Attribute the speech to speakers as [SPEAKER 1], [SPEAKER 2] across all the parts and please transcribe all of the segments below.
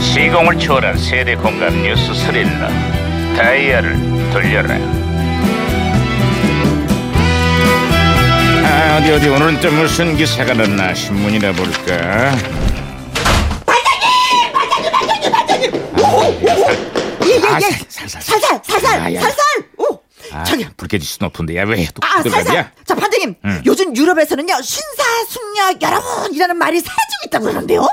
[SPEAKER 1] 시공을 초월한 세대 공감 뉴스 스릴러 다이아를 돌려라 아 어디 어디 오늘은 또 무슨 기사가 났나 신문이나 볼까 아,
[SPEAKER 2] 예, 예예예
[SPEAKER 1] 살, 살, 살, 살.
[SPEAKER 2] 살살
[SPEAKER 1] 아,
[SPEAKER 2] 살살
[SPEAKER 1] 야.
[SPEAKER 2] 살살 오
[SPEAKER 1] 아,
[SPEAKER 2] 저기
[SPEAKER 1] 불쾌지수 높은데 야왜또 음.
[SPEAKER 2] 아 살살
[SPEAKER 1] 들어가냐
[SPEAKER 2] 자 반장님 요즘 유럽에서는요 신사숙녀 여러분이라는 말이 사라지고 있다고 그러는데요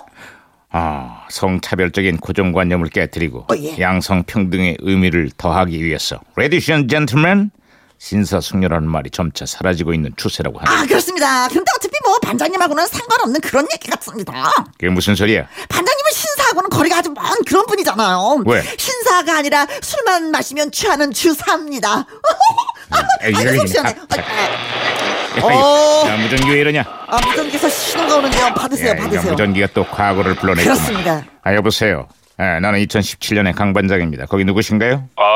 [SPEAKER 1] 아, 성차별적인 고정관념을 깨뜨리고
[SPEAKER 2] 어, 예.
[SPEAKER 1] 양성평등의 의미를 더하기 위해서 Ladies and Gentlemen 신사숙녀라는 말이 점차 사라지고 있는 추세라고 하네
[SPEAKER 2] 아 그렇습니다 그런데 어차피 뭐 반장님하고는 상관없는 그런 얘기 같습니다
[SPEAKER 1] 그게 무슨 소리야
[SPEAKER 2] 어, 반장님은 신사하고는 거리가 아주 먼 그런 분이잖아요
[SPEAKER 1] 왜?
[SPEAKER 2] 신사가 아니라 술만 마시면 취하는 주사입니다
[SPEAKER 1] 에이,
[SPEAKER 2] 아이고 속 시원해
[SPEAKER 1] 아,
[SPEAKER 2] 어.
[SPEAKER 1] 야, 무전기 왜 이러냐
[SPEAKER 2] 아 무전기에서 신호가 오는데요 받으세요
[SPEAKER 1] 야, 예, 이거
[SPEAKER 2] 받으세요
[SPEAKER 1] 무전기가 또 과거를 불러내고
[SPEAKER 2] 그렇습니다
[SPEAKER 1] 아 여보세요 아, 나는 2017년의 강반장입니다 거기 누구신가요?
[SPEAKER 3] 아,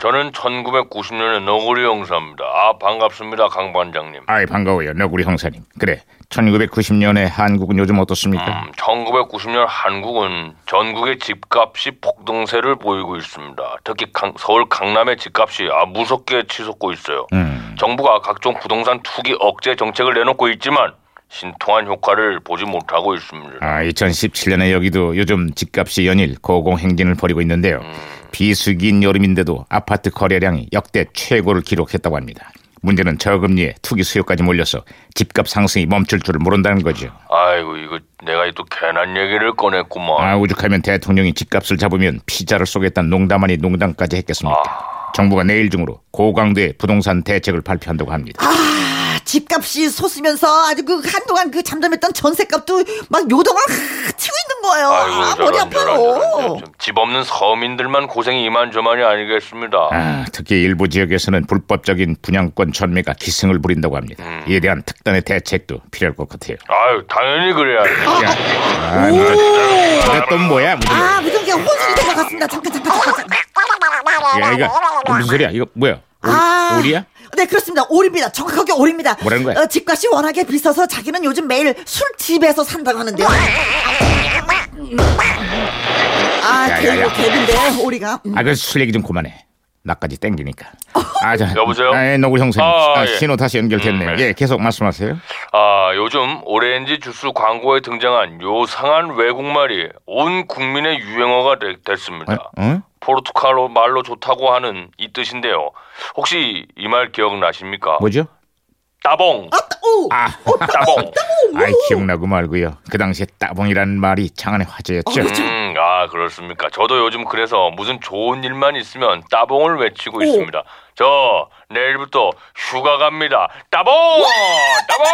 [SPEAKER 3] 저는 1990년의 너구리 형사입니다. 아, 반갑습니다, 강 반장님.
[SPEAKER 1] 아이 반가워요 너구리 형사님 그래 1990년의 한국은 요즘 어떻습니까?
[SPEAKER 3] 음, 1990년 한국은 전국의 집값이 폭등세를 보이고 있습니다. 특히 강- 서울 강남의 집값이 아, 무섭게 치솟고 있어요.
[SPEAKER 1] 음.
[SPEAKER 3] 정부가 각종 부동산 투기 억제 정책을 내놓고 있지만 신통한 효과를 보지 못하고 있습니다.
[SPEAKER 1] 아, 2017년에 여기도 요즘 집값이 연일 고공행진을 벌이고 있는데요. 비수기인 여름인데도 아파트 거래량이 역대 최고를 기록했다고 합니다. 문제는 저금리에 투기 수요까지 몰려서 집값 상승이 멈출 줄을 모른다는 거죠.
[SPEAKER 3] 아이고, 이거 내가 또 괜한 얘기를 꺼냈구만.
[SPEAKER 1] 아, 오죽하면 대통령이 집값을 잡으면 피자를 쏘겠다는 농담 아닌 농담까지 했겠습니까? 정부가 내일 중으로 고강도의 부동산 대책을 발표한다고 합니다.
[SPEAKER 2] 아, 집값이 솟으면서 아주 그 한동안 그 잠잠했던 전세값도 막 요동을 하- 치고 있는 거예요. 아, 뭐?
[SPEAKER 3] 아이고,
[SPEAKER 2] 머리
[SPEAKER 3] 저런, 저런, 저런,
[SPEAKER 2] 아파요.
[SPEAKER 3] 저런. 집 없는 서민들만 고생이 이만저만이 아니겠습니다.
[SPEAKER 1] 아, 특히 일부 지역에서는 불법적인 분양권 전매가 기승을 부린다고 합니다.
[SPEAKER 3] 음.
[SPEAKER 1] 이에 대한 특단의 대책도 필요할 것 같아요.
[SPEAKER 3] 아유 당연히 그래야죠.
[SPEAKER 1] 야, 아, 무전- 이거 또 뭐야? 무슨,
[SPEAKER 2] 아, 무전기가 혼신이 된 것 같습니다. 잠깐, 잠깐, 잠깐. 잠깐.
[SPEAKER 1] 야, 이거 무슨 소리야? 이거 뭐야? 오리,
[SPEAKER 2] 아,
[SPEAKER 1] 오리야?
[SPEAKER 2] 네, 그렇습니다. 오리입니다. 정확하게 오리입니다.
[SPEAKER 1] 뭐라는 거야?
[SPEAKER 2] 어, 집값이 워낙에 비싸서 자기는 요즘 매일 술집에서 산다고 하는데요. 아,
[SPEAKER 1] 야, 야, 야.
[SPEAKER 2] 개고 개인데 오리가. 음.
[SPEAKER 1] 아, 그술 얘기 좀 그만해. 나까지 땡기니까. 아, 자,
[SPEAKER 3] 여보세요?
[SPEAKER 1] 아, 예, 노구 형사님.
[SPEAKER 3] 아,
[SPEAKER 1] 아,
[SPEAKER 3] 예.
[SPEAKER 1] 신호 다시 연결됐네요.
[SPEAKER 3] 음, 네.
[SPEAKER 1] 예, 계속 말씀하세요.
[SPEAKER 3] 아 요즘 오렌지 주스 광고에 등장한 요상한 외국말이 온 국민의 유행어가 되-
[SPEAKER 1] 어?
[SPEAKER 3] 됐습니다.
[SPEAKER 1] 어?
[SPEAKER 3] 포르투갈로 말로 좋다고 하는 이 뜻인데요. 혹시 이 말 기억나십니까?
[SPEAKER 1] 뭐죠?
[SPEAKER 3] 따봉,
[SPEAKER 2] 아, 따- 오.
[SPEAKER 1] 아,
[SPEAKER 3] 따봉.
[SPEAKER 1] 아이 어? 기억나고 말고요. 그 당시에 따봉이라는 말이 창안의 화제였죠.
[SPEAKER 3] 음, 아 그렇습니까? 저도 요즘 그래서 무슨 좋은 일만 있으면 따봉을 외치고 있습니다. 저 내일부터 휴가 갑니다. 따봉, 따봉,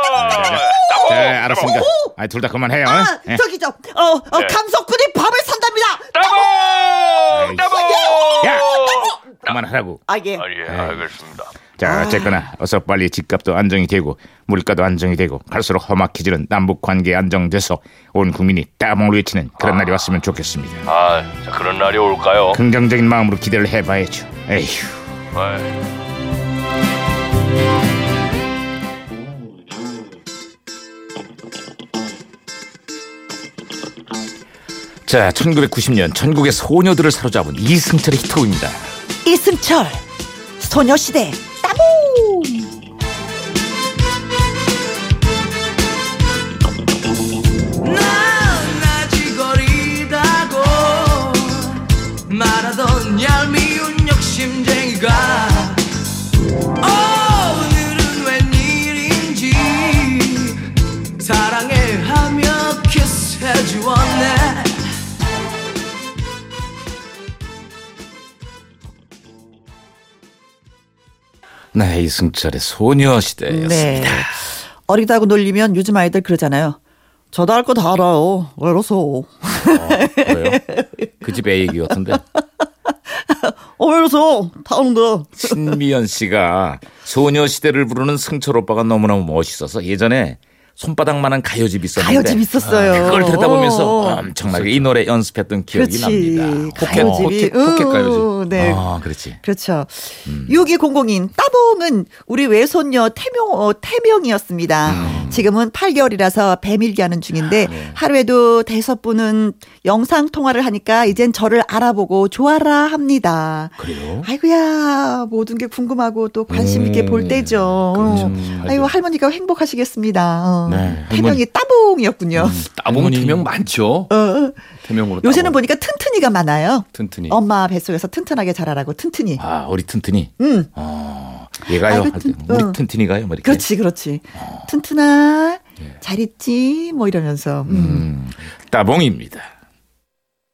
[SPEAKER 3] 따봉.
[SPEAKER 1] 네, 알았습니다. 아, 둘 다 그만해요. 어?
[SPEAKER 2] 아,
[SPEAKER 1] 예.
[SPEAKER 2] 저기 저, 어, 어
[SPEAKER 3] 네.
[SPEAKER 2] 강석군이 밥을 산답니다.
[SPEAKER 3] 따봉! 따봉!
[SPEAKER 1] 야, 그만하라고.
[SPEAKER 2] 아, 예.
[SPEAKER 3] 아, 예, 알겠습니다.
[SPEAKER 1] 자, 어쨌거나 어서 빨리 집값도 안정이 되고 물가도 안정이 되고 갈수록 험악해지는 남북 관계 안정돼서 온 국민이 따봉을 외치는 그런 날이 왔으면 좋겠습니다.
[SPEAKER 3] 아, 자, 그런 날이 올까요?
[SPEAKER 1] 긍정적인 마음으로 기대를 해봐야죠. 에휴.
[SPEAKER 3] 아이.
[SPEAKER 1] 자, 1990년 전국의 소녀들을 사로잡은 이승철의 히트곡입니다.
[SPEAKER 2] 이승철 소녀시대 따봉
[SPEAKER 4] 난 아직 어리다고 말하던 얄미운 욕심쟁이가 오늘은 웬일인지 사랑해 하며 키스해 주었네
[SPEAKER 1] 네, 이승철의 소녀시대였습니다.
[SPEAKER 2] 네. 어리다고 놀리면 요즘 아이들 그러잖아요 저도 할 거 다 알아요 외로서
[SPEAKER 1] 그래요? 그 집 애 얘기 같은데
[SPEAKER 2] 어 외로서 다 오는데
[SPEAKER 1] 신미연 씨가 소녀시대를 부르는 승철 오빠가 너무너무 멋있어서 예전에 손바닥만한 가요집이 있었는데
[SPEAKER 2] 가요집 있었어요.
[SPEAKER 1] 네. 아, 그걸 들여다보면서
[SPEAKER 2] 어.
[SPEAKER 1] 엄청나게 이 노래 연습했던 기억이
[SPEAKER 2] 그렇지.
[SPEAKER 1] 납니다. 포켓, 포켓,
[SPEAKER 2] 가요집이.
[SPEAKER 1] 포켓
[SPEAKER 2] 어,
[SPEAKER 1] 가요집.
[SPEAKER 2] 네.
[SPEAKER 1] 아, 그렇지.
[SPEAKER 2] 그렇죠 6200인 따봉은 우리 외손녀 태명, 어, 태명이었습니다 지금은 8개월이라서 배밀기 하는 중인데 하루에도 대여섯 분은 영상 통화를 하니까 이젠 저를 알아보고 좋아라 합니다.
[SPEAKER 1] 그래요?
[SPEAKER 2] 아이고야 모든 게 궁금하고 또 관심 있게 볼 때죠. 어. 아이고 할머니가 행복하시겠습니다. 어.
[SPEAKER 1] 네,
[SPEAKER 2] 태명이 따봉이었군요.
[SPEAKER 5] 따봉은 태명 많죠.
[SPEAKER 2] 어, 어.
[SPEAKER 5] 태명으로
[SPEAKER 2] 요새는
[SPEAKER 5] 따봉.
[SPEAKER 2] 보니까 튼튼이가 많아요.
[SPEAKER 5] 튼튼히.
[SPEAKER 2] 엄마 뱃속에서 튼튼하게 자라라고 튼튼이. 음.
[SPEAKER 1] 아 우리 튼튼이.
[SPEAKER 2] 응.
[SPEAKER 1] 어, 얘가요.
[SPEAKER 2] 아이고,
[SPEAKER 1] 할 때,
[SPEAKER 2] 튼-
[SPEAKER 1] 우리
[SPEAKER 2] 응.
[SPEAKER 1] 튼튼이가요. 막 이렇게. 어. 예.
[SPEAKER 2] 그렇지, 그렇지. 튼튼아, 잘 있지? 뭐 이러면서. 음.
[SPEAKER 1] 음, 따봉입니다.